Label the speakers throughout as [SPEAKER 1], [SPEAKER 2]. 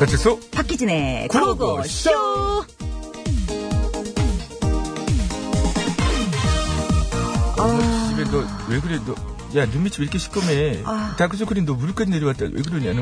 [SPEAKER 1] 배칠수
[SPEAKER 2] 박기진의
[SPEAKER 1] 구호고쇼.
[SPEAKER 2] 구호고쇼.
[SPEAKER 1] 집에 너왜 그래 너야 눈밑이 왜 이렇게 시꺼매
[SPEAKER 2] 아.
[SPEAKER 1] 다크서클이 너 무릎까지 내려왔다 왜 그러냐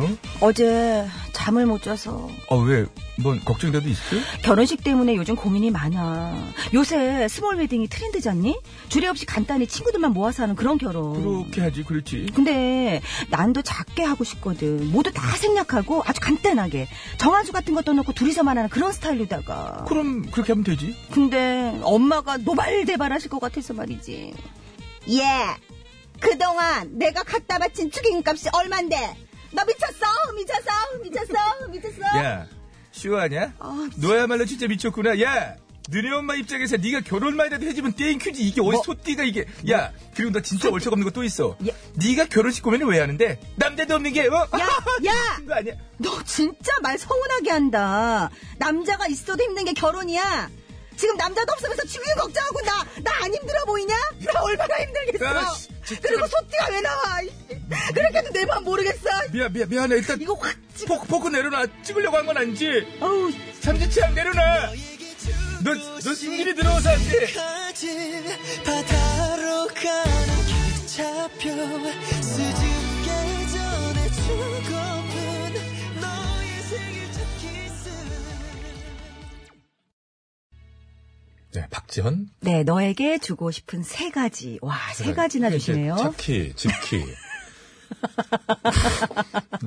[SPEAKER 2] 어제 잠을 못 자서
[SPEAKER 1] 너아왜뭔 걱정이라도 있어?
[SPEAKER 2] 결혼식 때문에 요즘 고민이 많아. 요새 스몰 웨딩이 트렌드잖니? 주례 없이 간단히 친구들만 모아서 하는 그런 결혼.
[SPEAKER 1] 그렇게 하지 그렇지
[SPEAKER 2] 근데 난도 작게 하고 싶거든. 모두 다 생략하고 아주 간단하게 정한수 같은 것도 넣고 둘이서만 하는 그런 스타일로다가.
[SPEAKER 1] 그럼 그렇게 하면 되지
[SPEAKER 2] 근데 엄마가 노발대발하실 것 같아서 말이지.
[SPEAKER 3] 예. 그동안 내가 갖다 바친 축의금값이 얼만데? 너 미쳤어? 미쳤어? 미쳤어? 미쳤어?
[SPEAKER 1] 야 쇼하냐?
[SPEAKER 3] 아,
[SPEAKER 1] 너야말로 진짜 미쳤구나 야 너네 엄마 입장에서 네가 결혼만 해도 해주면 땡큐지 이게
[SPEAKER 2] 뭐?
[SPEAKER 1] 어디 소띠가 이게 야 그리고 너 진짜 월척 없는 거 또 있어
[SPEAKER 2] 야.
[SPEAKER 1] 네가 결혼식 고민을 왜 하는데 남자도 없는 게 어?
[SPEAKER 2] 예. 야, 야!
[SPEAKER 1] 그거 아니야
[SPEAKER 2] 너 진짜 말 서운하게 한다. 남자가 있어도 힘든 게 결혼이야. 지금 남자도 없으면서 지금 걱정하고 나, 나 안 힘들어 보이냐? 나 얼마나 힘들겠어.
[SPEAKER 1] 아, 씨, 진짜.
[SPEAKER 2] 그리고 소띠가 왜 나와? 이씨. 그렇게 해도 내 맘 모르겠어.
[SPEAKER 1] 미안 미안 미안해 일단
[SPEAKER 2] 이거 확 찍어.
[SPEAKER 1] 포크 포크 내려놔 찍으려고 한 건 아니지
[SPEAKER 2] 어우,
[SPEAKER 1] 삼지치함 내려놔 너너 승질이 들어서 안돼
[SPEAKER 4] 바다로 가는 기차표 수줍게 전해주고픈 너의 생일 첫 키스
[SPEAKER 5] 네, 박지현.
[SPEAKER 2] 네, 너에게 주고 싶은 세 가지. 와, 세 가지나
[SPEAKER 5] 이게 이제
[SPEAKER 2] 주시네요.
[SPEAKER 5] 차키, 집키.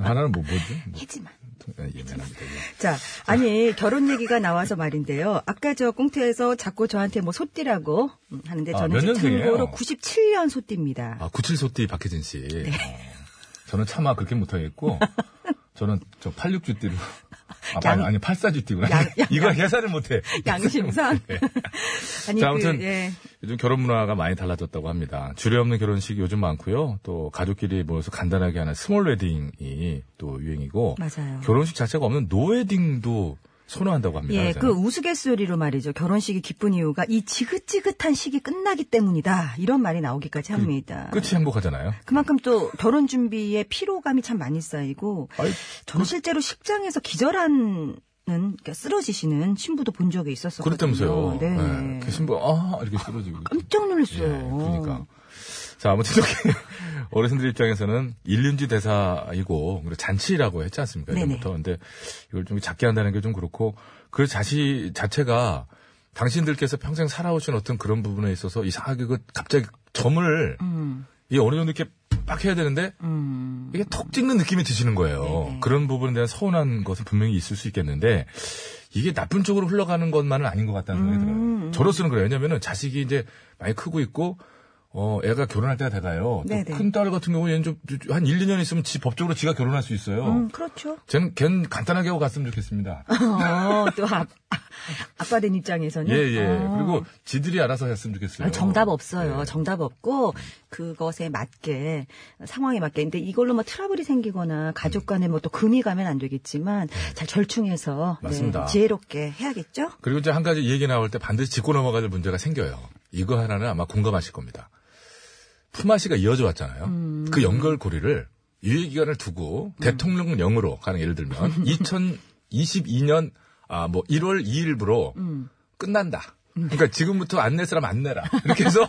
[SPEAKER 5] 하나는 뭐, 뭐지? 뭐,
[SPEAKER 2] 하지만.
[SPEAKER 5] 예, 예민합니다. 예.
[SPEAKER 2] 자, 아니, 결혼 얘기가 나와서 말인데요. 아까 저 꽁트에서 자꾸 저한테 뭐 소띠라고 음, 하는데
[SPEAKER 5] 아,
[SPEAKER 2] 저는
[SPEAKER 5] 몇
[SPEAKER 2] 이제
[SPEAKER 5] 년생이에요?
[SPEAKER 2] 참고로 97년 소띠입니다.
[SPEAKER 5] 아, 97소띠 박혜진 씨.
[SPEAKER 2] 네.
[SPEAKER 5] 어, 저는 차마 그렇게 못하겠고, 저는 저 86주띠로. 아,
[SPEAKER 2] 양-
[SPEAKER 5] 아니, 아니, 84주띠구나.
[SPEAKER 2] 양- 양-
[SPEAKER 5] 이거 계산을 못해.
[SPEAKER 2] 양심상. 아니,
[SPEAKER 5] 네. 자, 아무튼
[SPEAKER 2] 그, 예.
[SPEAKER 5] 요즘 결혼 문화가 많이 달라졌다고 합니다. 주례 없는 결혼식이 요즘 많고요. 또 가족끼리 모여서 간단하게 하는 스몰 웨딩이 또 유행이고
[SPEAKER 2] 맞아요.
[SPEAKER 5] 결혼식 자체가 없는 노웨딩도 선호한다고 합니다.
[SPEAKER 2] 예,
[SPEAKER 5] 이제는.
[SPEAKER 2] 그 우스갯소리로 말이죠. 결혼식이 기쁜 이유가 이 지긋지긋한 식이 끝나기 때문이다. 이런 말이 나오기까지 합니다.
[SPEAKER 5] 그 끝이 행복하잖아요.
[SPEAKER 2] 그만큼 또 결혼 준비에 피로감이 참 많이 쌓이고
[SPEAKER 5] 아이,
[SPEAKER 2] 저는 실제로 식장에서 기절하는 그러니까 쓰러지시는 신부도 본 적이 있었었거든요.
[SPEAKER 5] 그렇다면서요.
[SPEAKER 2] 네.
[SPEAKER 5] 예, 그 신부 아 이렇게 쓰러지고.
[SPEAKER 2] 깜짝
[SPEAKER 5] 예,
[SPEAKER 2] 놀랐어요.
[SPEAKER 5] 그러니까. 자, 아무튼 이렇게 어르신들 입장에서는 일륜지 대사이고 그리고 잔치라고 했지 않습니까?
[SPEAKER 2] 네네.
[SPEAKER 5] 예전부터. 근데 이걸 좀 작게 한다는 게 좀 그렇고 그 자시 자체가 당신들께서 평생 살아오신 어떤 그런 부분에 있어서 이상하게 그 갑자기 점을
[SPEAKER 2] 음,
[SPEAKER 5] 이 어느 정도 이렇게 빡 해야 되는데
[SPEAKER 2] 음.
[SPEAKER 5] 이게 턱 찍는 느낌이 드시는 거예요.
[SPEAKER 2] 네네.
[SPEAKER 5] 그런 부분에 대한 서운한 것은 분명히 있을 수 있겠는데 이게 나쁜 쪽으로 흘러가는 것만은 아닌 것 같다는
[SPEAKER 2] 음,
[SPEAKER 5] 생각이 들어요. 저로서는 그래요. 왜냐면은 자식이 이제 많이 크고 있고 어, 애가 결혼할 때가 돼가요.
[SPEAKER 2] 네네.
[SPEAKER 5] 큰 딸 같은 경우 얘는 좀 한 1, 2년 있으면 지 법적으로 지가 결혼할 수 있어요.
[SPEAKER 2] 음, 그렇죠.
[SPEAKER 5] 쟤는 걘 간단하게 하고 갔으면 좋겠습니다.
[SPEAKER 2] 어, 또 아, 빠된 입장에서는
[SPEAKER 5] 예, 예.
[SPEAKER 2] 어.
[SPEAKER 5] 그리고 지들이 알아서 했으면 좋겠어요.
[SPEAKER 2] 아니, 정답 없어요.
[SPEAKER 5] 예.
[SPEAKER 2] 정답 없고 그것에 맞게 상황에 맞게. 근데 이걸로 뭐 트러블이 생기거나
[SPEAKER 5] 음.
[SPEAKER 2] 가족 간에 뭐 또 금이 가면 안 되겠지만 잘 절충해서
[SPEAKER 5] 네.
[SPEAKER 2] 네,
[SPEAKER 5] 맞습니다. 어.
[SPEAKER 2] 지혜롭게 해야겠죠.
[SPEAKER 5] 그리고 이제 한 가지 이 얘기 나올 때 반드시 짚고 넘어갈 문제가 생겨요. 이거 하나는 아마 공감하실 겁니다. 품앗이가 이어져 왔잖아요. 그 연결고리를 유예기간을 두고 대통령령으로 가는 예를 들면 2022년 아 뭐 1월 2일부로 끝난다. 그러니까 지금부터 안 낼 사람 안 내라. 이렇게 해서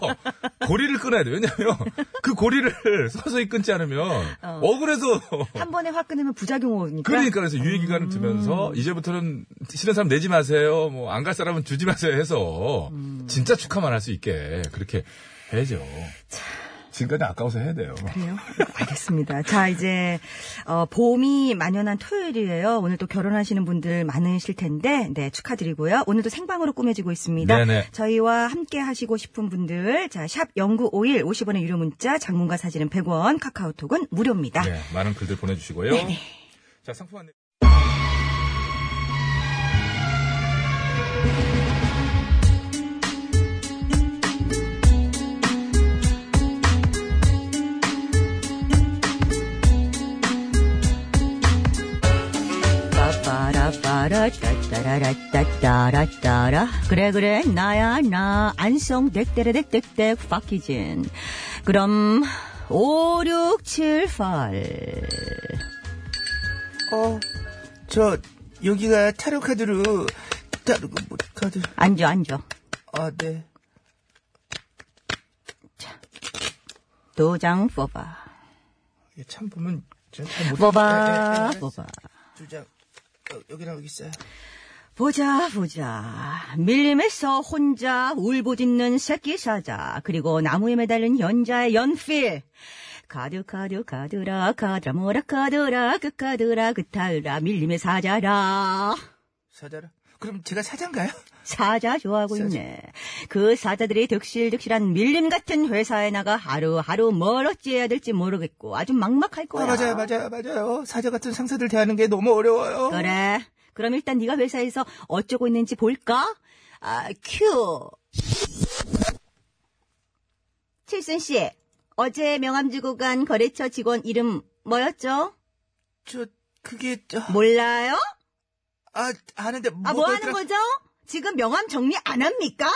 [SPEAKER 5] 고리를 끊어야 돼요. 왜냐하면 그 고리를 서서히 끊지 않으면 억울해서
[SPEAKER 2] 한 번에 확 끊으면 부작용 오니까.
[SPEAKER 5] 그러니까 그래서 음. 유예 기간을 두면서 이제부터는 싫은 사람 내지 마세요. 뭐 안 갈 사람은 주지 마세요 해서 진짜 축하만 할 수 있게 그렇게 해야죠. 지금까지 아까워서 해야 돼요.
[SPEAKER 2] 그래요? 알겠습니다. 자, 이제, 어, 봄이 만연한 토요일이에요. 오늘 또 결혼하시는 분들 많으실 텐데, 네, 축하드리고요. 오늘도 생방으로 꾸며지고 있습니다.
[SPEAKER 5] 네네.
[SPEAKER 2] 저희와 함께 하시고 싶은 분들, 자, 샵 0951, 50원의 유료 문자, 장문과 사진은 100원, 카카오톡은 무료입니다.
[SPEAKER 5] 네, 많은 글들 보내주시고요. 자 상품 안내.
[SPEAKER 2] 빠빠라빠라, 따따라라, 따따라, 따라. 그래, 그래, 나야, 나. 안성, dek데레덱덱덱, 박희진. 그럼, 5, 6, 7, 8.
[SPEAKER 3] 어,
[SPEAKER 6] 저 여기가 타로 카드로 타로 뭐, 카드
[SPEAKER 2] 앉아, 앉아.
[SPEAKER 6] 아 네.
[SPEAKER 2] 도장 뽑아.
[SPEAKER 6] 이게 예, 참 보면 참못
[SPEAKER 2] 네. 뽑아,
[SPEAKER 6] 어.
[SPEAKER 2] 뽑아.
[SPEAKER 6] 예, 두장 여기랑 여기 있어요.
[SPEAKER 2] 보자, 보자. 밀림에서 혼자 울부짖는 새끼 사자. 그리고 나무에 매달린 연자의 연필. 가드, 가드, 가드라, 가드라, 뭐라, 가드라, 그, 가드라, 그, 타라, 밀림의 사자라.
[SPEAKER 6] 사자라. 그럼 제가 사장가요?
[SPEAKER 2] 사자 좋아하고 있네. 그 사자들이 득실득실한 밀림 같은 회사에 나가 하루하루 뭘 어찌해야 될지 모르겠고 아주 막막할
[SPEAKER 6] 아,
[SPEAKER 2] 거야.
[SPEAKER 6] 맞아요, 맞아요, 맞아요. 사자 같은 상사들 대하는 게 너무 어려워요.
[SPEAKER 2] 그래. 그럼 일단 네가 회사에서 어쩌고 있는지 볼까? 아, 큐. 칠순 씨, 어제 명함 주고 간 거래처 직원 이름 뭐였죠?
[SPEAKER 6] 저 그게 저,
[SPEAKER 2] 몰라요?
[SPEAKER 6] 아 아는데
[SPEAKER 2] 뭐? 아, 뭐 하는 거죠? 지금 명함 정리 안 합니까?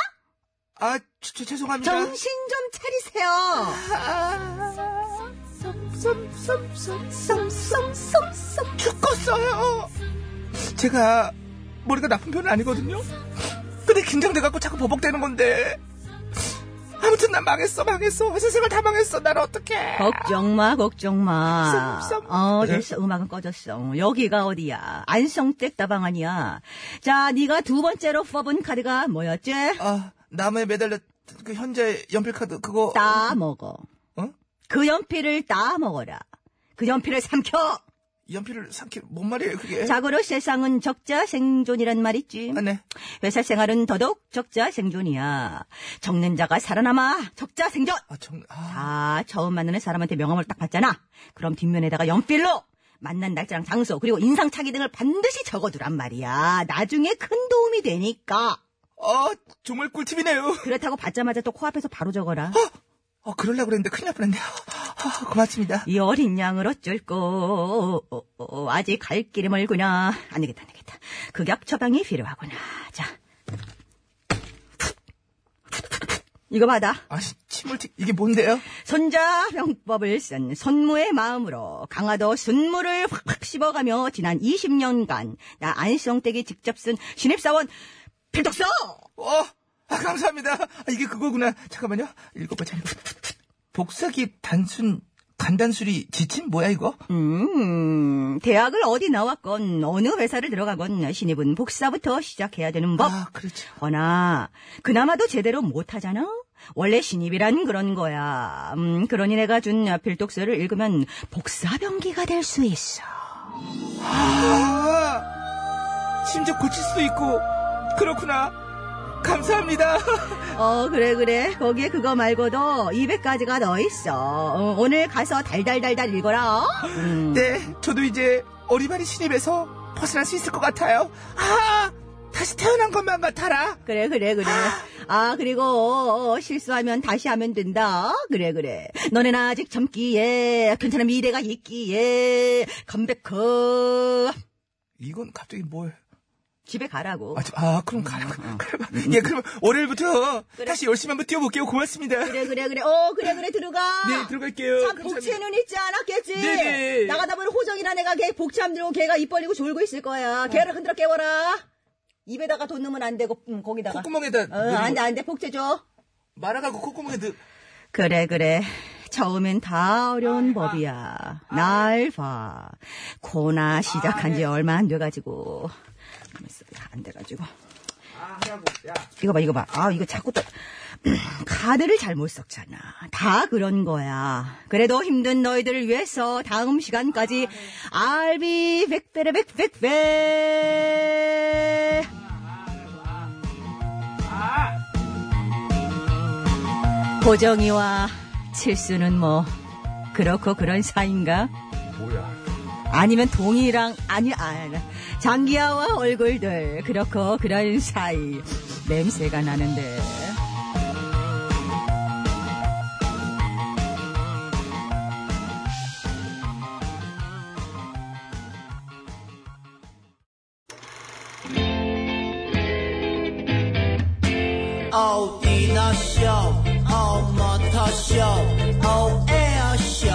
[SPEAKER 6] 아 저, 저, 죄송합니다.
[SPEAKER 2] 정신 좀 차리세요.
[SPEAKER 6] 아. 죽었어요. 제가 머리가 나쁜 편은 아니거든요. 근데 긴장돼갖고 자꾸 버벅대는 건데. 아무튼 난 망했어, 망했어. 회사 생활 다 망했어. 난 어떡해.
[SPEAKER 2] 걱정 마, 걱정 마.
[SPEAKER 6] 썸, 썸.
[SPEAKER 2] 어, 됐어. 음악은 꺼졌어. 여기가 어디야? 안성댁 다방 아니야. 자, 네가 두 번째로 뽑은 카드가 뭐였지?
[SPEAKER 6] 아, 나무에 매달렸, 그 현재 연필카드, 그거.
[SPEAKER 2] 따 먹어.
[SPEAKER 6] 어?
[SPEAKER 2] 그 연필을 따 먹어라. 그 연필을 삼켜.
[SPEAKER 6] 연필을 삼키, 뭔 말이에요, 그게?
[SPEAKER 2] 자고로 세상은 적자 생존이란 말 있지.
[SPEAKER 6] 예? 아, 네.
[SPEAKER 2] 회사 생활은 더더욱 적자 생존이야. 적는 자가 살아남아. 적자 생존.
[SPEAKER 6] 아, 정, 아.
[SPEAKER 2] 자, 처음 만나는 사람한테 명함을 딱 받잖아. 그럼 뒷면에다가 연필로 만난 날짜랑 장소 그리고 인상착의 등을 반드시 적어두란 말이야. 나중에 큰 도움이 되니까.
[SPEAKER 6] 아, 정말 꿀팁이네요.
[SPEAKER 2] 그렇다고 받자마자 또 코앞에서 바로 적어라.
[SPEAKER 6] 어, 그러려고 그랬는데 큰일 날 뻔했네요. 아, 고맙습니다.
[SPEAKER 2] 이 어린 양을 어쩔 거 어, 어, 아직 갈 길이 멀구나 안 되겠다 안 되겠다 극약 처방이 필요하구나 자 이거 받아
[SPEAKER 6] 아, 침을, 튀- 이게 뭔데요?
[SPEAKER 2] 손자 병법을 쓴 손무의 마음으로 강화도 순무를 확확 씹어가며 지난 20년간 나 안성댁이 직접 쓴 신입사원 필독서
[SPEAKER 6] 어, 아, 감사합니다. 아, 이게 그거구나. 잠깐만요. 읽어봐, 잠깐. 복사기 단순, 간단술이 지침? 뭐야, 이거?
[SPEAKER 2] 어. 음, 대학을 어디 나왔건 어느 회사를 들어가건 신입은 복사부터 시작해야 되는 법
[SPEAKER 6] 아, 그렇죠.
[SPEAKER 2] 허나 그나마도 제대로 못하잖아. 원래 신입이란 그런 거야. 음, 그러니 내가 준 필독서를 읽으면 복사병기가 될 수 있어.
[SPEAKER 6] 아, 심지어 고칠 수도 있고. 그렇구나. 감사합니다.
[SPEAKER 2] 어 그래 그래 거기에 그거 말고도 200가지가 더 있어. 어, 오늘 가서 달달달달 읽어라. 어? 음.
[SPEAKER 6] 네, 저도 이제 어리바리 신입에서 벗어날 수 있을 것 같아요. 아, 다시 태어난 것만 같아라.
[SPEAKER 2] 그래 그래 그래. 아 그리고 어, 어, 실수하면 다시 하면 된다. 어? 그래 그래. 너네는 아직 젊기에 괜찮은 미래가 있기에 컴백커
[SPEAKER 6] 이건 갑자기 뭘?
[SPEAKER 2] 집에 가라고.
[SPEAKER 6] 아, 저- 아,
[SPEAKER 2] 음,
[SPEAKER 6] 그럼 가라고. 그럼, 예, 그럼 월요일부터 다시 열심히 한번 뛰어볼게요. 고맙습니다.
[SPEAKER 2] 그래 그래 그래. 어 그래 그래 들어가.
[SPEAKER 6] 네, 들어갈게요.
[SPEAKER 2] 참
[SPEAKER 6] 감사합니다.
[SPEAKER 2] 복채는 있지 않았겠지.
[SPEAKER 6] 네네.
[SPEAKER 2] 나가다 보니 호정이란 애가 걔 복채함 들고 걔가 입 벌리고 졸고 있을 거야. 걔를 흔들어 깨워라. 입에다가 돈 넣으면 안 되고 음, 거기다가.
[SPEAKER 6] 콧구멍에다
[SPEAKER 2] 어, 안돼 안돼 복채 줘.
[SPEAKER 6] 말아가고 콧구멍에 넣...
[SPEAKER 2] 그래 그래. 처음엔 다 어려운 법이야. 날 봐. 코나 시작한 지 얼마 안 돼가지고. 가만 있어. 안 돼가지고. 이거 봐, 이거 봐. 아, 이거 자꾸 또. 카드를 잘못 썼잖아. 다 그런 거야. 그래도 힘든 너희들을 위해서 다음 시간까지 알비 백베레백백베 고정이와 칠수는 뭐 그렇고 그런 사이인가?
[SPEAKER 5] 뭐야.
[SPEAKER 2] 아니면 동이랑 아니 아 장기하와 얼굴들 그렇고 그런 사이 냄새가 나는데
[SPEAKER 4] 어디나 쇼 oh, 어머터 쇼 oh, 어에어 쇼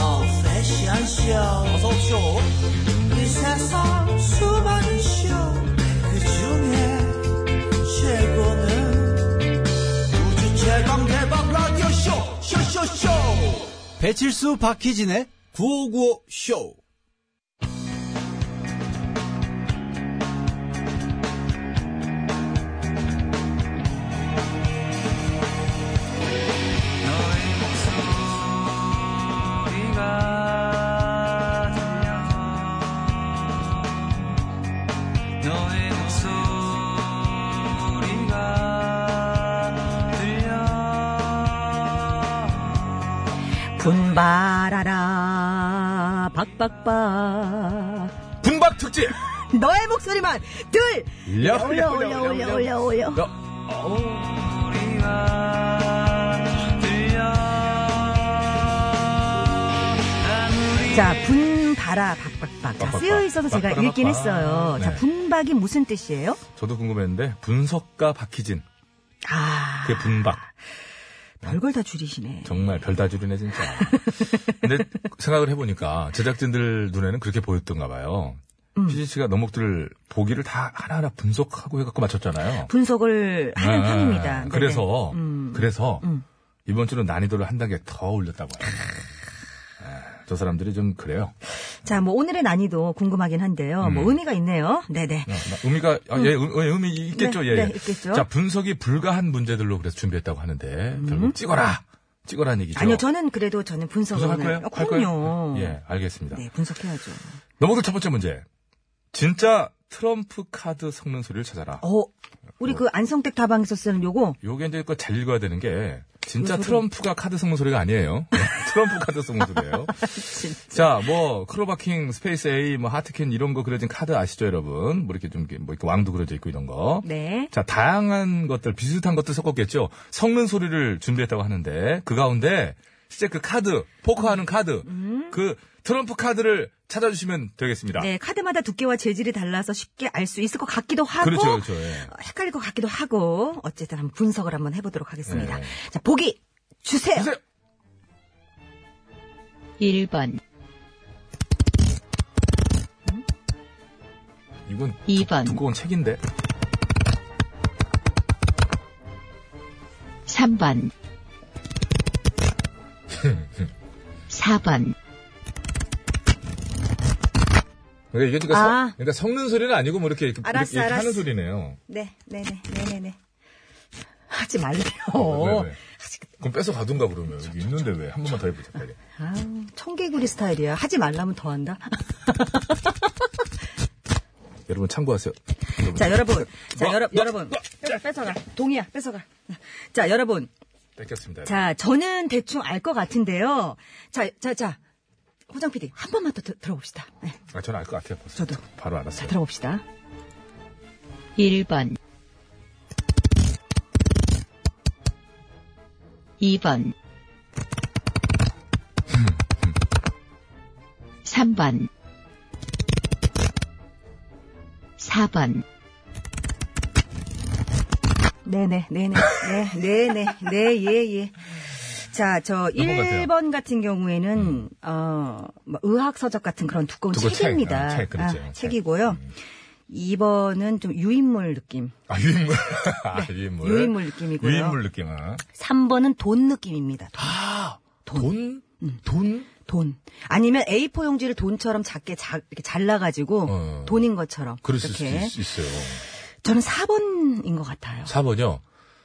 [SPEAKER 4] 어패션 쇼 어서 oh, 쇼이 세상 세상 수많은 쇼그 중에 최고는 우주 최강 대박 라디오 쇼 쇼쇼쇼 배칠수 박희진의 9595쇼
[SPEAKER 2] 분발하라 박박박
[SPEAKER 5] 분박 특집.
[SPEAKER 2] 너의 목소리만 들 올려 올려 올려 올려 올려 자 분바라 박박박 아, 자,
[SPEAKER 5] 박박박.
[SPEAKER 2] 쓰여 있어서 제가
[SPEAKER 5] 박바라
[SPEAKER 2] 읽긴
[SPEAKER 5] 박박.
[SPEAKER 2] 했어요 자
[SPEAKER 5] 네.
[SPEAKER 2] 분박이 무슨 뜻이에요?
[SPEAKER 5] 저도 궁금했는데 분석가 박희진.
[SPEAKER 2] 아
[SPEAKER 5] 그게 분박.
[SPEAKER 2] 별걸 다 줄이시네
[SPEAKER 5] 정말 별다 줄이네 진짜. 근데 생각을 해보니까 제작진들 눈에는 그렇게 보였던가 봐요.
[SPEAKER 2] 음.
[SPEAKER 5] 피진 씨가 너목들을 보기를 다 하나하나 분석하고 해갖고 맞췄잖아요.
[SPEAKER 2] 분석을 하는
[SPEAKER 5] 네.
[SPEAKER 2] 편입니다 네네.
[SPEAKER 5] 그래서
[SPEAKER 2] 음.
[SPEAKER 5] 그래서
[SPEAKER 2] 음.
[SPEAKER 5] 이번 주는 난이도를 한 단계 더 올렸다고 해요. 예, 저 사람들이 좀 그래요. 어,
[SPEAKER 2] 자, 뭐 오늘의 난이도 궁금하긴 한데요.
[SPEAKER 5] 음.
[SPEAKER 2] 뭐 의미가 있네요. 네네.
[SPEAKER 5] 어, 나- 의미가 아, 예, 의- 예, 의미 있겠죠.
[SPEAKER 2] 음. 네,
[SPEAKER 5] 예, 예.
[SPEAKER 2] 네, 있겠죠.
[SPEAKER 5] 자 분석이 불가한 문제들로 그래서 준비했다고 하는데 결국 찍어라, 찍어라는 얘기죠.
[SPEAKER 2] 음. 아니요, 저는 그래도 저는 분석을
[SPEAKER 5] 분석할 거예요?
[SPEAKER 2] 어,
[SPEAKER 5] 할 거예요?
[SPEAKER 2] 그럼요.
[SPEAKER 5] 예, 알겠습니다.
[SPEAKER 2] 네, 분석해야죠.
[SPEAKER 5] 넘어갈 첫 번째 문제. 진짜 트럼프 카드 섞는 소리를 찾아라.
[SPEAKER 2] 어, 우리 그 안성택 다방에서 쓰는 요거
[SPEAKER 5] 요게 이제 그잘 읽어야 되는 게 진짜
[SPEAKER 2] 요 소리.
[SPEAKER 5] 트럼프가 카드 섞는 소리가 아니에요. 네? 트럼프 카드 섞는 소리예요. 자, 뭐 크로바킹, 스페이스 A, 뭐 하트캔 이런 거 그려진 카드 아시죠, 여러분? 뭐 이렇게 좀 이렇게 뭐 이렇게 왕도 그려져 있고 이런 거.
[SPEAKER 2] 네.
[SPEAKER 5] 자, 다양한 것들, 비슷한 것들 섞었겠죠? 섞는 소리를 준비했다고 하는데, 그 가운데, 실제 그 카드, 포커하는 카드, 그 트럼프 카드를 찾아주시면 되겠습니다.
[SPEAKER 2] 음. 네, 카드마다 두께와 재질이 달라서 쉽게 알 수 있을 것 같기도 하고
[SPEAKER 5] 그렇죠, 그렇죠. 예.
[SPEAKER 2] 어, 헷갈릴 것 같기도 하고 어쨌든 한번 분석을 한번 해보도록 하겠습니다.
[SPEAKER 5] 네.
[SPEAKER 2] 자, 보기 주세요.
[SPEAKER 5] 주세요!
[SPEAKER 7] 1번,
[SPEAKER 5] 이건
[SPEAKER 7] 이번.
[SPEAKER 5] 두, 꺼운 책인데.
[SPEAKER 7] 3번, 4번,
[SPEAKER 5] 그러니까 이게 그러니까,
[SPEAKER 2] 아.
[SPEAKER 5] 성, 그러니까 섞는 소리는 아니고 뭐 이렇게, 이렇게,
[SPEAKER 2] 알았어,
[SPEAKER 5] 이렇게
[SPEAKER 2] 알았어.
[SPEAKER 5] 하는 소리네요.
[SPEAKER 2] 네, 네, 네, 네, 네, 네. 하지 말래요.
[SPEAKER 5] 왜,
[SPEAKER 2] 어.
[SPEAKER 5] 왜? 네, 그럼 뺏어 가둔가 그러면 여기 있는데 왜 한 번만 더 해보자 빨리.
[SPEAKER 2] 아, 청개구리 스타일이야. 하지 말라면 더 한다.
[SPEAKER 5] 여러분 참고하세요. 여러분.
[SPEAKER 2] 자, 여러분. 자,
[SPEAKER 5] 뭐,
[SPEAKER 2] 여러,
[SPEAKER 5] 뭐,
[SPEAKER 2] 여러분. 여기 뺏어가. 동의야, 뺏어가. 자, 여러분.
[SPEAKER 5] 뺏겼습니다.
[SPEAKER 2] 자, 저는 대충 알 것 같은데요. 자, 자, 자. 호장 PD, 한 번만 더 들- 들어봅시다. 네,
[SPEAKER 5] 아, 저는 알 것 같아요. 벌써.
[SPEAKER 2] 저도.
[SPEAKER 5] 바로
[SPEAKER 2] 자,
[SPEAKER 5] 알았어요.
[SPEAKER 2] 들어봅시다.
[SPEAKER 7] 1번, 2번, 3번, 4번,
[SPEAKER 2] 네네, 네네, 네, 네네, 네, 예, 예. 자, 저
[SPEAKER 5] 번 같아요?
[SPEAKER 2] 1번 같은 경우에는, 어, 뭐 의학서적 같은 그런 두꺼운
[SPEAKER 5] 두꺼운 책,
[SPEAKER 2] 책입니다.
[SPEAKER 5] 아, 책, 그렇죠. 책.
[SPEAKER 2] 이고요 2번은 좀 유인물 느낌.
[SPEAKER 5] 아, 유인물. 아, 유인물.
[SPEAKER 2] 네. 유인물 느낌이고요.
[SPEAKER 5] 유인물 느낌, 아.
[SPEAKER 2] 3번은 돈 느낌입니다. 돈.
[SPEAKER 5] 돈? 음. 돈?
[SPEAKER 2] 아, 돈. 아니면 A4 용지를 돈처럼 작게 자- 이렇게 잘라가지고
[SPEAKER 5] 어.
[SPEAKER 2] 돈인 것처럼.
[SPEAKER 5] 그럴 수
[SPEAKER 2] 이렇게.
[SPEAKER 5] 있, 있어요.
[SPEAKER 2] 저는 4번인 것 같아요.
[SPEAKER 5] 4번이요?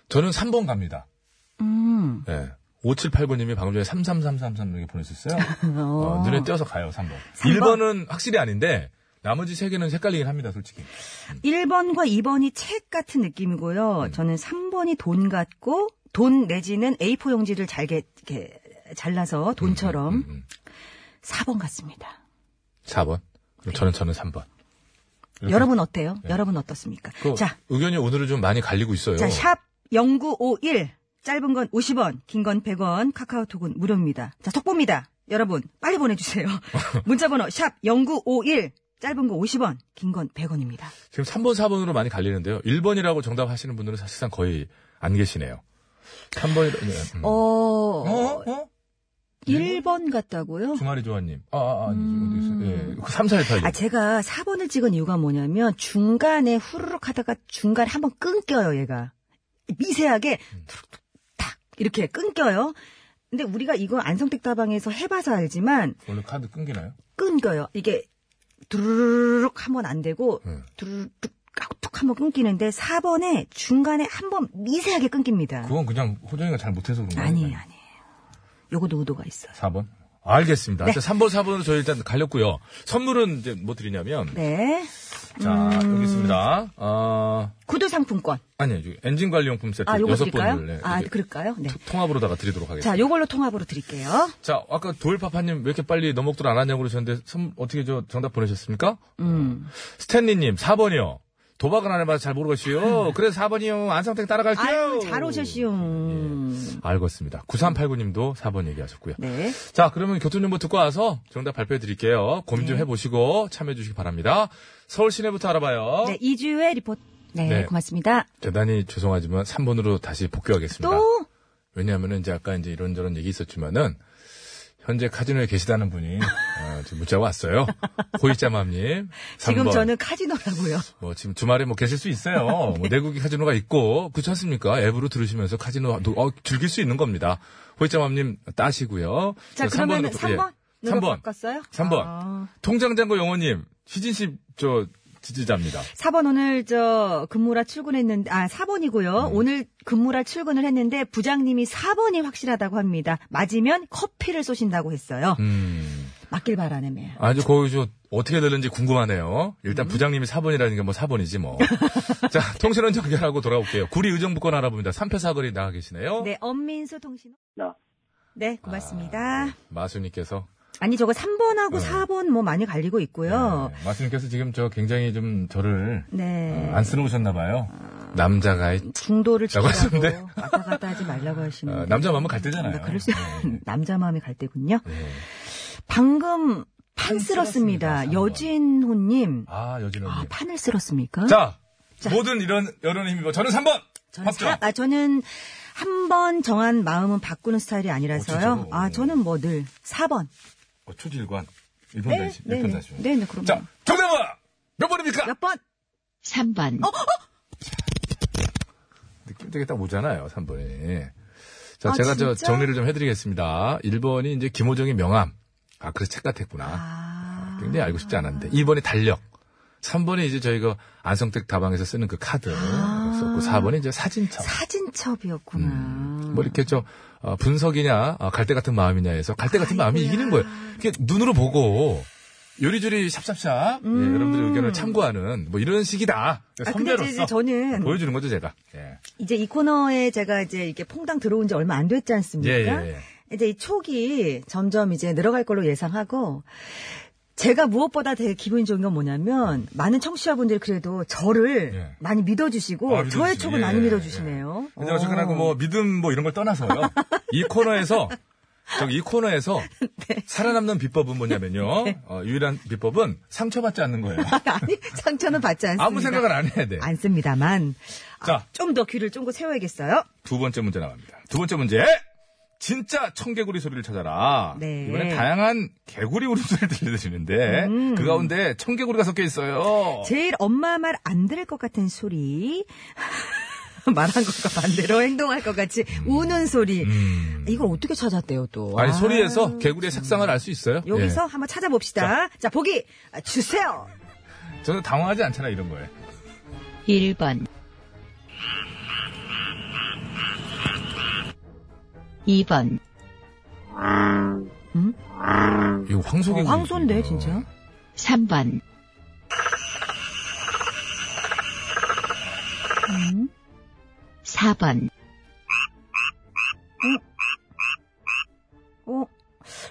[SPEAKER 5] 저는 3번 갑니다.
[SPEAKER 2] 음.
[SPEAKER 5] 예. 5789님이 방금 전에 33333 이렇게 보내셨어요. 어, 눈에 띄어서 가요, 3번.
[SPEAKER 2] 삼 번?
[SPEAKER 5] 1번은 확실히 아닌데, 나머지 3개는 헷갈리긴 합니다, 솔직히.
[SPEAKER 2] 1번과 2번이 책 같은 느낌이고요.
[SPEAKER 5] 음.
[SPEAKER 2] 저는 3번이 돈 같고 돈 내지는 A4 용지를 잘게 이렇게 잘라서 돈처럼
[SPEAKER 5] 음,
[SPEAKER 2] 4번 같습니다.
[SPEAKER 5] 4번. 그럼 저는, 저는 3번. 이렇게. 네.
[SPEAKER 2] 여러분 어때요? 여러분 어떻습니까?
[SPEAKER 5] 그
[SPEAKER 2] 자,
[SPEAKER 5] 의견이 오늘은 좀 많이 갈리고 있어요.
[SPEAKER 2] 자, 샵 0951. 짧은 건 50원, 긴 건 100원, 카카오톡은 무료입니다. 자, 속보입니다. 여러분, 빨리 보내주세요. 문자번호 샵 0951. 짧은 거 50원, 긴 건 100원입니다.
[SPEAKER 5] 지금 3번, 4번으로 많이 갈리는데요. 1번이라고 정답하시는 분들은 사실상 거의 안 계시네요. 3번이라, 네, 음.
[SPEAKER 2] 어,
[SPEAKER 5] 어? 네? 어?
[SPEAKER 2] 1번 같다고요?
[SPEAKER 5] 주말이 조아님. 아, 아, 아니, 아, 어디 있어요? 예. 그 3, 4, 1, 8.
[SPEAKER 2] 아, 제가 4번을 찍은 이유가 뭐냐면 중간에 후루룩 하다가 중간에 한번 끊겨요, 얘가. 미세하게
[SPEAKER 5] 음.
[SPEAKER 2] 툭툭 탁 이렇게 끊겨요. 근데 우리가 이거 안성택 다방에서 해봐서 알지만
[SPEAKER 5] 원래 카드 끊기나요?
[SPEAKER 2] 끊겨요. 이게 두루룩 한번 안 되고
[SPEAKER 5] 네.
[SPEAKER 2] 두루룩 깍툭 한번 끊기는데 4번에 중간에 한번 미세하게 끊깁니다.
[SPEAKER 5] 그건 그냥 호정이가 잘 못해서 그런 거예요.
[SPEAKER 2] 아니, 아니. 요것도 의도가 있어요.
[SPEAKER 5] 4번? 알겠습니다.
[SPEAKER 2] 네.
[SPEAKER 5] 자, 3번, 4번으로 저희 일단 갈렸고요. 선물은 이제 뭐 드리냐면,
[SPEAKER 2] 네. 음,
[SPEAKER 5] 자, 여기 있습니다. 어,
[SPEAKER 2] 구두 상품권.
[SPEAKER 5] 아니요, 저기 엔진 관리용품 세트
[SPEAKER 2] 아, 요거
[SPEAKER 5] 여섯
[SPEAKER 2] 드릴까요?
[SPEAKER 5] 번을 네,
[SPEAKER 2] 아,
[SPEAKER 5] 이렇게
[SPEAKER 2] 그럴까요? 네.
[SPEAKER 5] 토- 통합으로다가 드리도록 하겠습니다.
[SPEAKER 2] 자, 요걸로 통합으로 드릴게요.
[SPEAKER 5] 자, 아까 도일파파님 왜 이렇게 빨리 너목들 안 하냐고 그러셨는데, 선- 어떻게 저 정답 보내셨습니까?
[SPEAKER 2] 음.
[SPEAKER 5] 스탠리님, 4번이요. 도박은 안 해봐서 잘 모르겠어요. 그래서 4번이요. 안상택 따라갈게요.
[SPEAKER 2] 음. 아유, 잘 오셨시오.
[SPEAKER 5] 알겠습니다. 9389님도 4번 얘기하셨고요.
[SPEAKER 2] 네.
[SPEAKER 5] 자, 그러면 교통정보 듣고 와서 정답 발표해 드릴게요. 고민
[SPEAKER 2] 네.
[SPEAKER 5] 좀 해보시고 참여해 주시기 바랍니다. 서울 시내부터 알아봐요.
[SPEAKER 2] 네, 이주의 리포트. 네,
[SPEAKER 5] 어? 네.
[SPEAKER 2] 고맙습니다.
[SPEAKER 5] 대단히 죄송하지만 3번으로 다시 복귀하겠습니다.
[SPEAKER 2] 또,
[SPEAKER 5] 왜냐하면 이제 아까 이제 이런저런 얘기 있었지만은 현재 카지노에 계시다는 분이 어, 지금 문자가 왔어요. 호이짜맘님.
[SPEAKER 2] 지금
[SPEAKER 5] 3번.
[SPEAKER 2] 저는 카지노라고요.
[SPEAKER 5] 뭐 지금 주말에 뭐 계실 수 있어요. 뭐 내국이 카지노가 있고 그렇지 않습니까? 앱으로 들으시면서 카지노 노- 어, 즐길 수 있는 겁니다. 호이짜맘님 따시고요.
[SPEAKER 2] 자, 그러면 3번?
[SPEAKER 5] 예, 3번.
[SPEAKER 2] 바꿨어요?
[SPEAKER 5] 3번.
[SPEAKER 2] 아.
[SPEAKER 5] 통장장고 영호님, 희진 씨, 저, 지지자입니다.
[SPEAKER 2] 4번 오늘 저 근무라 출근했는데 아
[SPEAKER 5] 네.
[SPEAKER 2] 4번이고요. 오늘 근무라 출근을 했는데 부장님이 4번이 확실하다고 합니다. 맞으면 커피를 쏘신다고 했어요.
[SPEAKER 5] 음.
[SPEAKER 2] 맞길 바라네 매야.
[SPEAKER 5] 아주 거기 저, 어떻게 되는지 궁금하네요.
[SPEAKER 2] 음.
[SPEAKER 5] 일단 부장님이 4번이라는 게 뭐 4번이지 뭐. 자, 통신원 연결하고 돌아올게요. 구리 의정부권 알아봅니다. 3패 사거리 나가 계시네요.
[SPEAKER 2] 네, 엄민수 통신.
[SPEAKER 8] 나.
[SPEAKER 2] 네, 고맙습니다.
[SPEAKER 5] 마수님께서.
[SPEAKER 2] 아니 저거 3번하고
[SPEAKER 5] 아, 네.
[SPEAKER 2] 4번 뭐 많이 갈리고 있고요.
[SPEAKER 5] 네, 마수님께서 지금 저 굉장히 좀 저를 어,
[SPEAKER 2] 네.
[SPEAKER 5] 아, 안 쓰러우셨나봐요. 남자가, 이-
[SPEAKER 2] 중도를
[SPEAKER 5] 라고
[SPEAKER 2] 지키라고
[SPEAKER 5] 하셨는데?
[SPEAKER 2] 왔다 갔다 하지 말라고 하시는.
[SPEAKER 5] 어, 남자 마음은 갈 때잖아요.
[SPEAKER 2] 그러니까 그럴 수
[SPEAKER 5] 네, 네.
[SPEAKER 2] 남자 마음이 갈 때군요.
[SPEAKER 5] 네.
[SPEAKER 2] 방금 판
[SPEAKER 5] 판 쓸었습니다,
[SPEAKER 2] 쓸었습니다.
[SPEAKER 5] 삼 번.
[SPEAKER 2] 여진호님.
[SPEAKER 5] 아, 여진호님.
[SPEAKER 2] 아, 판을 쓸었습니까?
[SPEAKER 5] 자,
[SPEAKER 2] 자.
[SPEAKER 5] 모든 이런 여론의 힘이고, 뭐 저는 3번!
[SPEAKER 2] 저는
[SPEAKER 5] 확정!
[SPEAKER 2] 사- 아, 저는 한 번 정한 마음은 바꾸는 스타일이
[SPEAKER 5] 어,
[SPEAKER 2] 아니라서요.
[SPEAKER 5] 진짜로?
[SPEAKER 2] 아, 저는 뭐 늘 4번.
[SPEAKER 5] 어, 초질관. 1번 다시,
[SPEAKER 2] 네,
[SPEAKER 5] 1번
[SPEAKER 2] 네.
[SPEAKER 5] 다시.
[SPEAKER 2] 네, 네, 그럼요.
[SPEAKER 5] 자, 정답은 몇 번입니까?
[SPEAKER 2] 몇 번?
[SPEAKER 7] 3번.
[SPEAKER 5] 느낌 되게 딱 오잖아요, 3번이. 자,
[SPEAKER 2] 아,
[SPEAKER 5] 제가 저
[SPEAKER 2] 진짜?
[SPEAKER 5] 정리를 좀 해드리겠습니다. 1번이 이제 김호정의 명함. 아, 그래서 책 같았구나.
[SPEAKER 2] 아.
[SPEAKER 5] 굉장히 알고 싶지 않았는데. 2번이 달력. 3번이 이제 저희가 안성택 다방에서 쓰는 그 카드.
[SPEAKER 2] 아.
[SPEAKER 5] 썼고, 4번이 이제 사진첩.
[SPEAKER 2] 사진첩이었구나.
[SPEAKER 5] 아. 음, 뭐 이렇게 저 어, 분석이냐 갈대 같은 마음이냐 해서 갈대 같은 마음이 이기는 거예요. 이게 눈으로 보고 요리조리 샵샵샵 예, 여러분들의 의견을 참고하는 뭐 이런 식이다.
[SPEAKER 2] 음. 아, 근데 이제-
[SPEAKER 5] 선배로서
[SPEAKER 2] 이제 저는
[SPEAKER 5] 보여주는 거죠 제가. 예.
[SPEAKER 2] 이제 이 코너에 제가 이제 이렇게 퐁당 들어온 지 얼마 안 됐지 않습니까?
[SPEAKER 5] 예, 예,
[SPEAKER 2] 이제 이 촉이 점점 이제 늘어갈 걸로 예상하고 제가 무엇보다 되게 기분이 좋은 건 뭐냐면 많은 청취자분들이 그래도 저를
[SPEAKER 5] 예.
[SPEAKER 2] 많이 믿어주시고
[SPEAKER 5] 아, 믿어주시-
[SPEAKER 2] 저의 촉을
[SPEAKER 5] 예,
[SPEAKER 2] 많이
[SPEAKER 5] 예,
[SPEAKER 2] 믿어주시네요.
[SPEAKER 5] 근데 어쨌거나
[SPEAKER 2] 어.
[SPEAKER 5] 그뭐 믿음 뭐 이런 걸 떠나서요. 이 코너에서 저기 이 코너에서
[SPEAKER 2] 네.
[SPEAKER 5] 살아남는 비법은 뭐냐면요. 어, 유일한 비법은 상처받지 않는 거예요.
[SPEAKER 2] 아니 상처는 받지 않습니다.
[SPEAKER 5] 아무 생각을 안 해야 돼.
[SPEAKER 2] 안 씁니다만 아,
[SPEAKER 5] 자.
[SPEAKER 2] 좀 더 귀를 쫑긋 세워야겠어요.
[SPEAKER 5] 두 번째 문제 나갑니다. 두 번째 문제. 진짜 청개구리 소리를 찾아라.
[SPEAKER 2] 네.
[SPEAKER 5] 이번에 다양한 개구리 울음소리를 들려드리는데
[SPEAKER 2] 음.
[SPEAKER 5] 그 가운데 청개구리가 섞여 있어요.
[SPEAKER 2] 제일 엄마 말 안 들을 것 같은 소리. 말한 것과 반대로 행동할 것 같이 우는 소리.
[SPEAKER 5] 음.
[SPEAKER 2] 이걸 어떻게 찾았대요 또?
[SPEAKER 5] 아니
[SPEAKER 2] 아,
[SPEAKER 5] 소리에서 개구리의 색상을 알 수 있어요.
[SPEAKER 2] 여기서 한번 찾아봅시다. 자, 보기 아, 주세요.
[SPEAKER 5] 예. 저는 당황하지 않잖아 이런 거에.
[SPEAKER 7] 1번. 2번.
[SPEAKER 5] 이거 황소개구리.
[SPEAKER 2] 어, 황소인데, 진짜.
[SPEAKER 7] 3번.
[SPEAKER 2] 음.
[SPEAKER 7] 4번.
[SPEAKER 2] 어,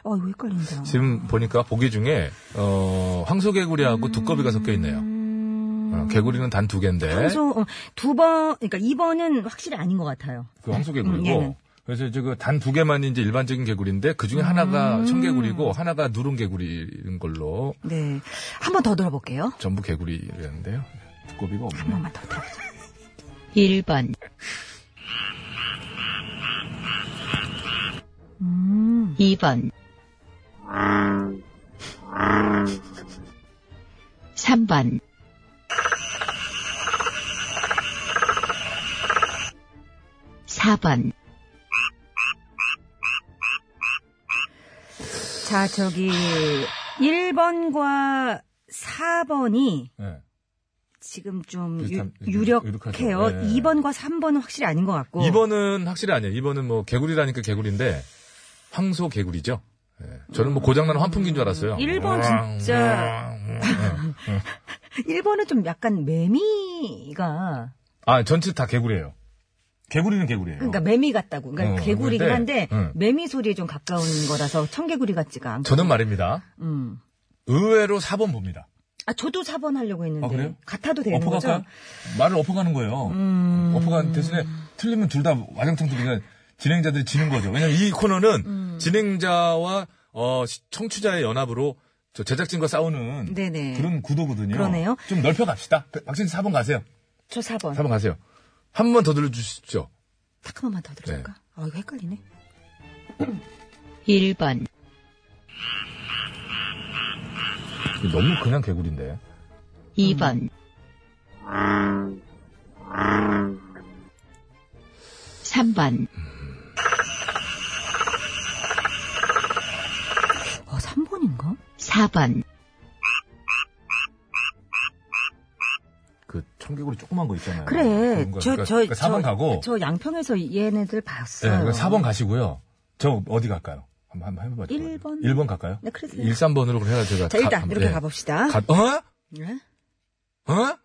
[SPEAKER 2] 어, 이거 헷갈린다.
[SPEAKER 5] 지금 보니까 보기 중에 어, 황소개구리하고 두꺼비가 섞여 있네요.
[SPEAKER 2] 음,
[SPEAKER 5] 어, 개구리는 단 두 개인데
[SPEAKER 2] 황소 어, 두 번, 그러니까 2번은 확실히 아닌 것 같아요.
[SPEAKER 5] 그 황소개구리고
[SPEAKER 2] 음, 얘는.
[SPEAKER 5] 그래서 이제 그 단 두 개만 이제 일반적인 개구리인데 그 중에
[SPEAKER 2] 음.
[SPEAKER 5] 하나가 청개구리고 하나가 누른 개구리인 걸로
[SPEAKER 2] 네, 한 번 더 들어볼게요.
[SPEAKER 5] 전부 개구리였는데요. 두꺼비가
[SPEAKER 2] 한
[SPEAKER 5] 없네요.
[SPEAKER 2] 번만 더 들어보자.
[SPEAKER 7] 1번.
[SPEAKER 2] 음,
[SPEAKER 7] 2번. 3번. 4번.
[SPEAKER 2] 자, 저기 1번과 4번이
[SPEAKER 5] 예.
[SPEAKER 2] 지금 좀
[SPEAKER 5] 비슷함-
[SPEAKER 2] 유, 력해요
[SPEAKER 5] 유력하죠. 예.
[SPEAKER 2] 2번과 3번은 확실히 아닌 것 같고.
[SPEAKER 5] 2번은 확실히 아니에요. 2번은 뭐 개구리라니까 개구리인데 황소 개구리죠. 예. 저는 뭐 고장나는 환풍기인 줄 알았어요.
[SPEAKER 2] 일 번 진짜. 일번은좀 약간 매미가
[SPEAKER 5] 아 전체 다 개구리예요. 개구리는 개구리예요.
[SPEAKER 2] 그러니까 매미 같다고. 그러니까
[SPEAKER 5] 어,
[SPEAKER 2] 개구리긴
[SPEAKER 5] 근데,
[SPEAKER 2] 한데
[SPEAKER 5] 응.
[SPEAKER 2] 매미 소리에 좀 가까운 거라서 청개구리 같지가 않고.
[SPEAKER 5] 저는 말입니다.
[SPEAKER 2] 음.
[SPEAKER 5] 의외로 4번 봅니다.
[SPEAKER 2] 아 저도 4번 하려고 했는데
[SPEAKER 5] 아, 그래요?
[SPEAKER 2] 같아도 되는 거죠? 음.
[SPEAKER 5] 엎어갈까요? 말을 엎어가는 거예요. 엎어간 대신에 틀리면 둘 다 와장창 들리니까 진행자들이 지는 거죠. 왜냐면 이 코너는
[SPEAKER 2] 음.
[SPEAKER 5] 진행자와 어, 시- 청취자의 연합으로 저 제작진과 싸우는
[SPEAKER 2] 네네.
[SPEAKER 5] 그런 구도거든요.
[SPEAKER 2] 그러네요.
[SPEAKER 5] 좀 넓혀갑시다. 박진희 4번 가세요.
[SPEAKER 2] 저 4번.
[SPEAKER 5] 4번 가세요. 한 번 더 들려주십시오.
[SPEAKER 2] 딱 한 번만 더 들어볼까? 아 이거 헷갈리네.
[SPEAKER 7] 1번.
[SPEAKER 5] 너무 그냥 개구리인데.
[SPEAKER 7] 2번. 3번.
[SPEAKER 2] 아 3번인가?
[SPEAKER 7] 4번.
[SPEAKER 5] 그 청개구리 조그만 거 있잖아요.
[SPEAKER 2] 그래.
[SPEAKER 5] 그런 거.
[SPEAKER 2] 저,
[SPEAKER 5] 그러니까-
[SPEAKER 2] 저,
[SPEAKER 5] 그러니까 4번
[SPEAKER 2] 저,
[SPEAKER 5] 가고.
[SPEAKER 2] 저 양평에서
[SPEAKER 5] 네,
[SPEAKER 2] 얘네들 봤어요.
[SPEAKER 5] 그러니까 4번 가시고요. 저 어디 갈까요? 한번, 한번 해봐요.
[SPEAKER 2] 일 번.
[SPEAKER 5] 1번 갈까요?
[SPEAKER 2] 네, 그러세요.
[SPEAKER 5] 1, 3번으로 해야 제가.
[SPEAKER 2] 자,
[SPEAKER 5] 가-
[SPEAKER 2] 일단
[SPEAKER 5] 한번-
[SPEAKER 2] 이렇게
[SPEAKER 5] 예.
[SPEAKER 2] 가봅시다.
[SPEAKER 5] 가- 어?
[SPEAKER 2] 네?
[SPEAKER 5] 어?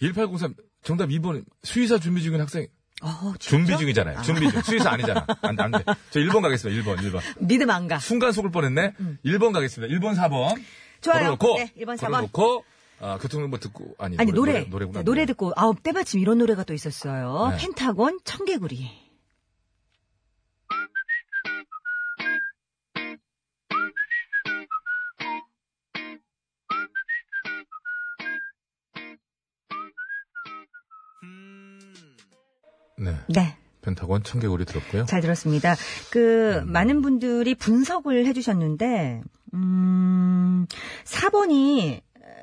[SPEAKER 5] 1803 정답 2번 수의사 준비 중인 학생
[SPEAKER 2] 어, 진짜?
[SPEAKER 5] 준비 중이잖아요. 준비 중. 수의사 아니잖아. 안, 안 돼. 저 1번 가겠습니다. 1번, 1번.
[SPEAKER 2] 믿음 안 가.
[SPEAKER 5] 순간 속을 뻔했네.
[SPEAKER 2] 음.
[SPEAKER 5] 1번 가겠습니다. 1번, 4번.
[SPEAKER 2] 좋아요.
[SPEAKER 5] 걸어놓고
[SPEAKER 2] 네, 1번, 4번.
[SPEAKER 5] 걸어놓고 아, 교통정보 듣고 아니,
[SPEAKER 2] 아니 노래 네,
[SPEAKER 5] 노래 노래구나.
[SPEAKER 2] 노래 듣고 아우 때마침 이런 노래가 또 있었어요.
[SPEAKER 5] 네.
[SPEAKER 2] 펜타곤 청개구리.
[SPEAKER 5] 네.
[SPEAKER 2] 네.
[SPEAKER 5] 펜타곤 청개구리 들었고요.
[SPEAKER 2] 잘 들었습니다. 그
[SPEAKER 5] 음.
[SPEAKER 2] 많은 분들이 분석을 해주셨는데 음 4번이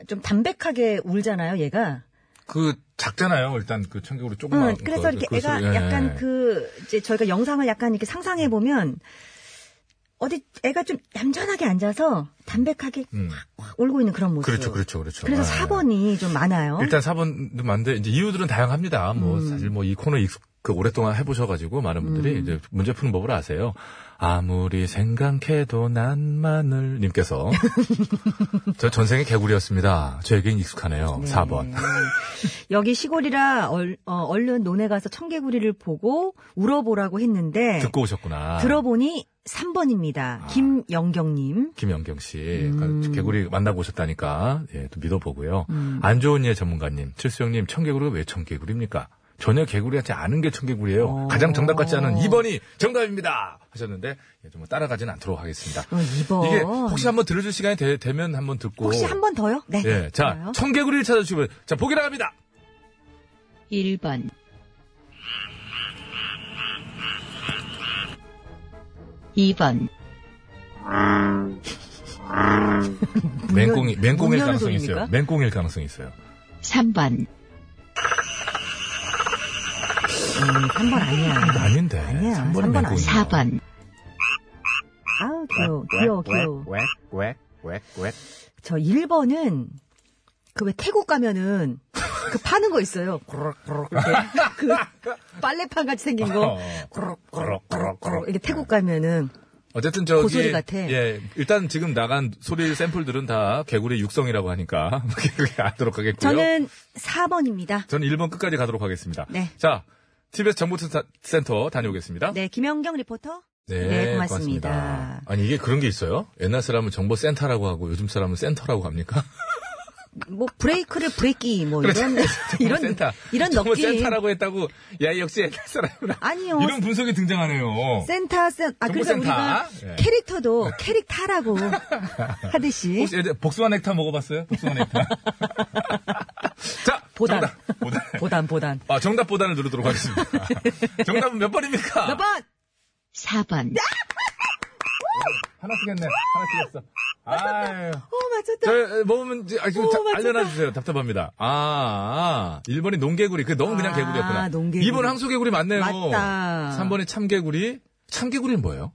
[SPEAKER 2] 좀 담백하게 울잖아요, 얘가.
[SPEAKER 5] 그 작잖아요. 일단 그 청개구리 조금만.
[SPEAKER 2] 응, 음, 그래서
[SPEAKER 5] 그-
[SPEAKER 2] 이렇게
[SPEAKER 5] 그
[SPEAKER 2] 애가
[SPEAKER 5] 소리- 예,
[SPEAKER 2] 약간
[SPEAKER 5] 예.
[SPEAKER 2] 그 이제 저희가 영상을 약간 이렇게 상상해 보면 어디 애가 좀 얌전하게 앉아서 담백하게
[SPEAKER 5] 음.
[SPEAKER 2] 확 울고 있는 그런 모습.
[SPEAKER 5] 그렇죠, 그렇죠, 그렇죠.
[SPEAKER 2] 래서
[SPEAKER 5] 예.
[SPEAKER 2] 4번이 좀 많아요.
[SPEAKER 5] 일단 4번도 많은데 이제 이유들은 다양합니다. 뭐
[SPEAKER 2] 음.
[SPEAKER 5] 사실 뭐 이 코너 익숙 그 오랫동안 해보셔가지고 많은 분들이 이제 문제 푸는 법을 아세요. 아무리 생각해도 난만을 님께서 저 전생에 개구리였습니다. 저에겐 익숙하네요. 4번.
[SPEAKER 2] 여기 시골이라 얼, 른 논에 가서 청개구리를 보고 울어보라고 했는데
[SPEAKER 5] 듣고 아. 오셨구나.
[SPEAKER 2] 네. 들어보니 3번입니다. 김영경님.
[SPEAKER 5] 김연경 씨
[SPEAKER 2] 음.
[SPEAKER 5] 아, 개구리 만나고 오셨다니까 예, 또 믿어보고요. 안 좋은 예 전문가님, 칠수영님 청개구리가 왜 청개구리입니까? 전혀 개구리 같지 않은 게 청개구리예요.
[SPEAKER 2] 어.
[SPEAKER 5] 가장 정답 같지 않은 2번이 정답입니다 하셨는데 예, 좀 따라가지는 않도록 하겠습니다.
[SPEAKER 2] 어, 2번.
[SPEAKER 5] 이게 혹시 한번 들어줄 시간이 되, 면 한번 듣고
[SPEAKER 2] 한 번 더요? 네.
[SPEAKER 5] 예, 자
[SPEAKER 2] 좋아요.
[SPEAKER 5] 청개구리를 찾아주시면 자 보기 나갑니다.
[SPEAKER 7] 1번. 2번.
[SPEAKER 5] 맹꽁이 맹꽁일
[SPEAKER 2] 문 여는
[SPEAKER 5] 가능성이 있어요.
[SPEAKER 2] 소리입니까?
[SPEAKER 5] 맹꽁일 가능성이 있어요.
[SPEAKER 7] 3번.
[SPEAKER 2] 음, 3번 아니야.
[SPEAKER 5] 아닌데
[SPEAKER 2] 아니야,
[SPEAKER 5] 3번은
[SPEAKER 2] 삼번
[SPEAKER 5] 맹꽁이.
[SPEAKER 7] 4번.
[SPEAKER 2] 아우, 귀여워,
[SPEAKER 5] 네.
[SPEAKER 2] 귀여워, 귀여워. 저 1번은 그 왜 태국 가면은 그 파는 거 있어요. 꾸르륵 꾸르륵 이렇게 그 빨래판
[SPEAKER 5] 어.
[SPEAKER 2] 같이 생긴 거. 꾸르륵 꾸르륵 꾸르륵 꾸르륵 이게 태국 가면은
[SPEAKER 5] 어쨌든 저기
[SPEAKER 2] 고소리 같아.
[SPEAKER 5] 예 일단 지금 나간 소리 샘플들은 다 개구리 육성이라고 하니까 개구리 하도록 하겠고요.
[SPEAKER 2] 저는 4번입니다.
[SPEAKER 5] 저는 1번 끝까지 가도록 하겠습니다.
[SPEAKER 2] 네.
[SPEAKER 5] 자 TBS 정보센터 다녀오겠습니다.
[SPEAKER 2] 네, 김영경 리포터.
[SPEAKER 5] 네,
[SPEAKER 2] 네, 고맙습니다.
[SPEAKER 5] 아니 이게 그런 게 있어요? 옛날 사람은 정보센터라고 하고 요즘 사람은 센터라고 합니까?
[SPEAKER 2] 뭐 브레이크를 브레이키 뭐 이런 이런
[SPEAKER 5] 센터.
[SPEAKER 2] 이런
[SPEAKER 5] 정보
[SPEAKER 2] 느낌.
[SPEAKER 5] 센터라고 했다고 야 역시 옛날 사람이라.
[SPEAKER 2] 아니요. 어,
[SPEAKER 5] 이런 분석이 등장하네요.
[SPEAKER 2] 센터 센 아, 그래서
[SPEAKER 5] 정보센터.
[SPEAKER 2] 우리가
[SPEAKER 5] 예.
[SPEAKER 2] 캐릭터도 캐릭터라고 하듯이
[SPEAKER 5] 혹시 예전에 복숭아 넥타 먹어봤어요? 복숭아 넥타. 자
[SPEAKER 2] 보단.
[SPEAKER 5] 정답. 보단.
[SPEAKER 2] 보단 보단.
[SPEAKER 5] 아, 정답 보단을 누르도록 하겠습니다. 정답은 몇 번입니까?
[SPEAKER 2] 몇 번?
[SPEAKER 7] 4번.
[SPEAKER 5] 하나 쓰겠네. 하나 쓰겠어. 아유.
[SPEAKER 2] 어, 맞췄다.
[SPEAKER 5] 저, 먹으면, 이제, 아, 지금
[SPEAKER 2] 오,
[SPEAKER 5] 자-
[SPEAKER 2] 맞췄다.
[SPEAKER 5] 알려놔주세요. 답답합니다. 아, 아, 1번이 농개구리. 그 너무 그냥
[SPEAKER 2] 아,
[SPEAKER 5] 개구리였구나.
[SPEAKER 2] 농개구리.
[SPEAKER 5] 2번 항소개구리 맞네요.
[SPEAKER 2] 맞다.
[SPEAKER 5] 3번이 참개구리. 참개구리는 뭐예요?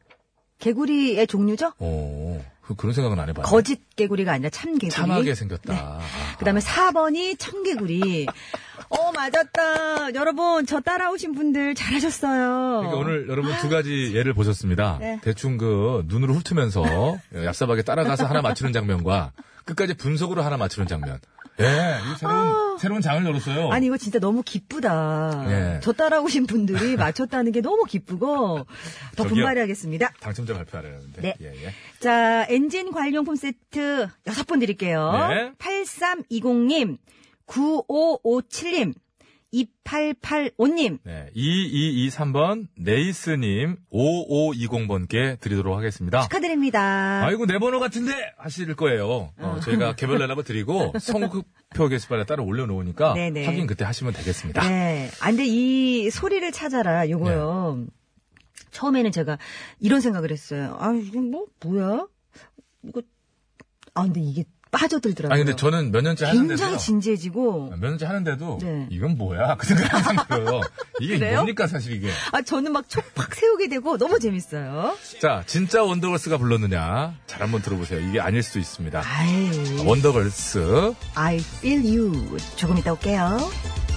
[SPEAKER 2] 개구리의 종류죠?
[SPEAKER 5] 어, 그, 그런 생각은 안 해봐요.
[SPEAKER 2] 거짓 개구리가 아니라 참 개구리.
[SPEAKER 5] 참하게 생겼다. 아.
[SPEAKER 2] 그 다음에 4번이 청개구리. 어, 맞았다. 여러분, 저 따라오신 분들 잘하셨어요. 아,
[SPEAKER 5] 그러니까 오늘 여러분 두 가지 예를 보셨습니다.
[SPEAKER 2] 네.
[SPEAKER 5] 대충 그 눈으로 훑으면서 예, 얍삽하게 따라가서 하나 맞추는 장면과 끝까지 분석으로 하나 맞추는 장면. 예, 이거 새로운 새로운 장을 열었어요.
[SPEAKER 2] 아. 아니, 이거 진짜 너무 기쁘다.
[SPEAKER 5] 네.
[SPEAKER 2] 저 따라오신 분들이 맞췄다는 게 너무 기쁘고, 더
[SPEAKER 5] 저기요.
[SPEAKER 2] 분발해야겠습니다.
[SPEAKER 5] 당첨자 발표하려는데.
[SPEAKER 2] 네.
[SPEAKER 5] 예, 예.
[SPEAKER 2] 자, 엔진 관용품 세트 여섯 분 드릴게요.
[SPEAKER 5] 네.
[SPEAKER 2] 8320님, 9557님, 2885님.
[SPEAKER 5] 네. 2223번 네이스 님 5520번께 드리도록 하겠습니다.
[SPEAKER 2] 축하드립니다.
[SPEAKER 5] 아. 아이고 내 번호 같은데 하실 거예요.
[SPEAKER 2] 아.
[SPEAKER 5] 어, 저희가 개별 연락을 드리고 선곡표 게시판에 따로 올려놓으니까
[SPEAKER 2] 네네.
[SPEAKER 5] 확인 그때 하시면 되겠습니다.
[SPEAKER 2] 네. 안 돼, 이 소리를 찾아라, 요거요. 처음에는 제가 이런 생각을 했어요. 아, 이거 뭐, 뭐야? 이거, 아, 근데 이게 빠져들더라고요.
[SPEAKER 5] 아니 근데 저는 몇 년째 하는데도
[SPEAKER 2] 굉장히 진지해지고.
[SPEAKER 5] 면제 하는데도
[SPEAKER 2] 네.
[SPEAKER 5] 이건 뭐야 그 생각이 항상 들어요. 이게
[SPEAKER 2] 그래요?
[SPEAKER 5] 뭡니까 사실 이게.
[SPEAKER 2] 아, 저는 막 촉팍 세우게 되고 너무 재밌어요.
[SPEAKER 5] 자 진짜 원더걸스가 불렀느냐 잘 한번 들어보세요. 이게 아닐 뭐. 수도 있습니다.
[SPEAKER 2] 아이,
[SPEAKER 5] 원더걸스
[SPEAKER 2] I feel you. 조금 이따 올게요.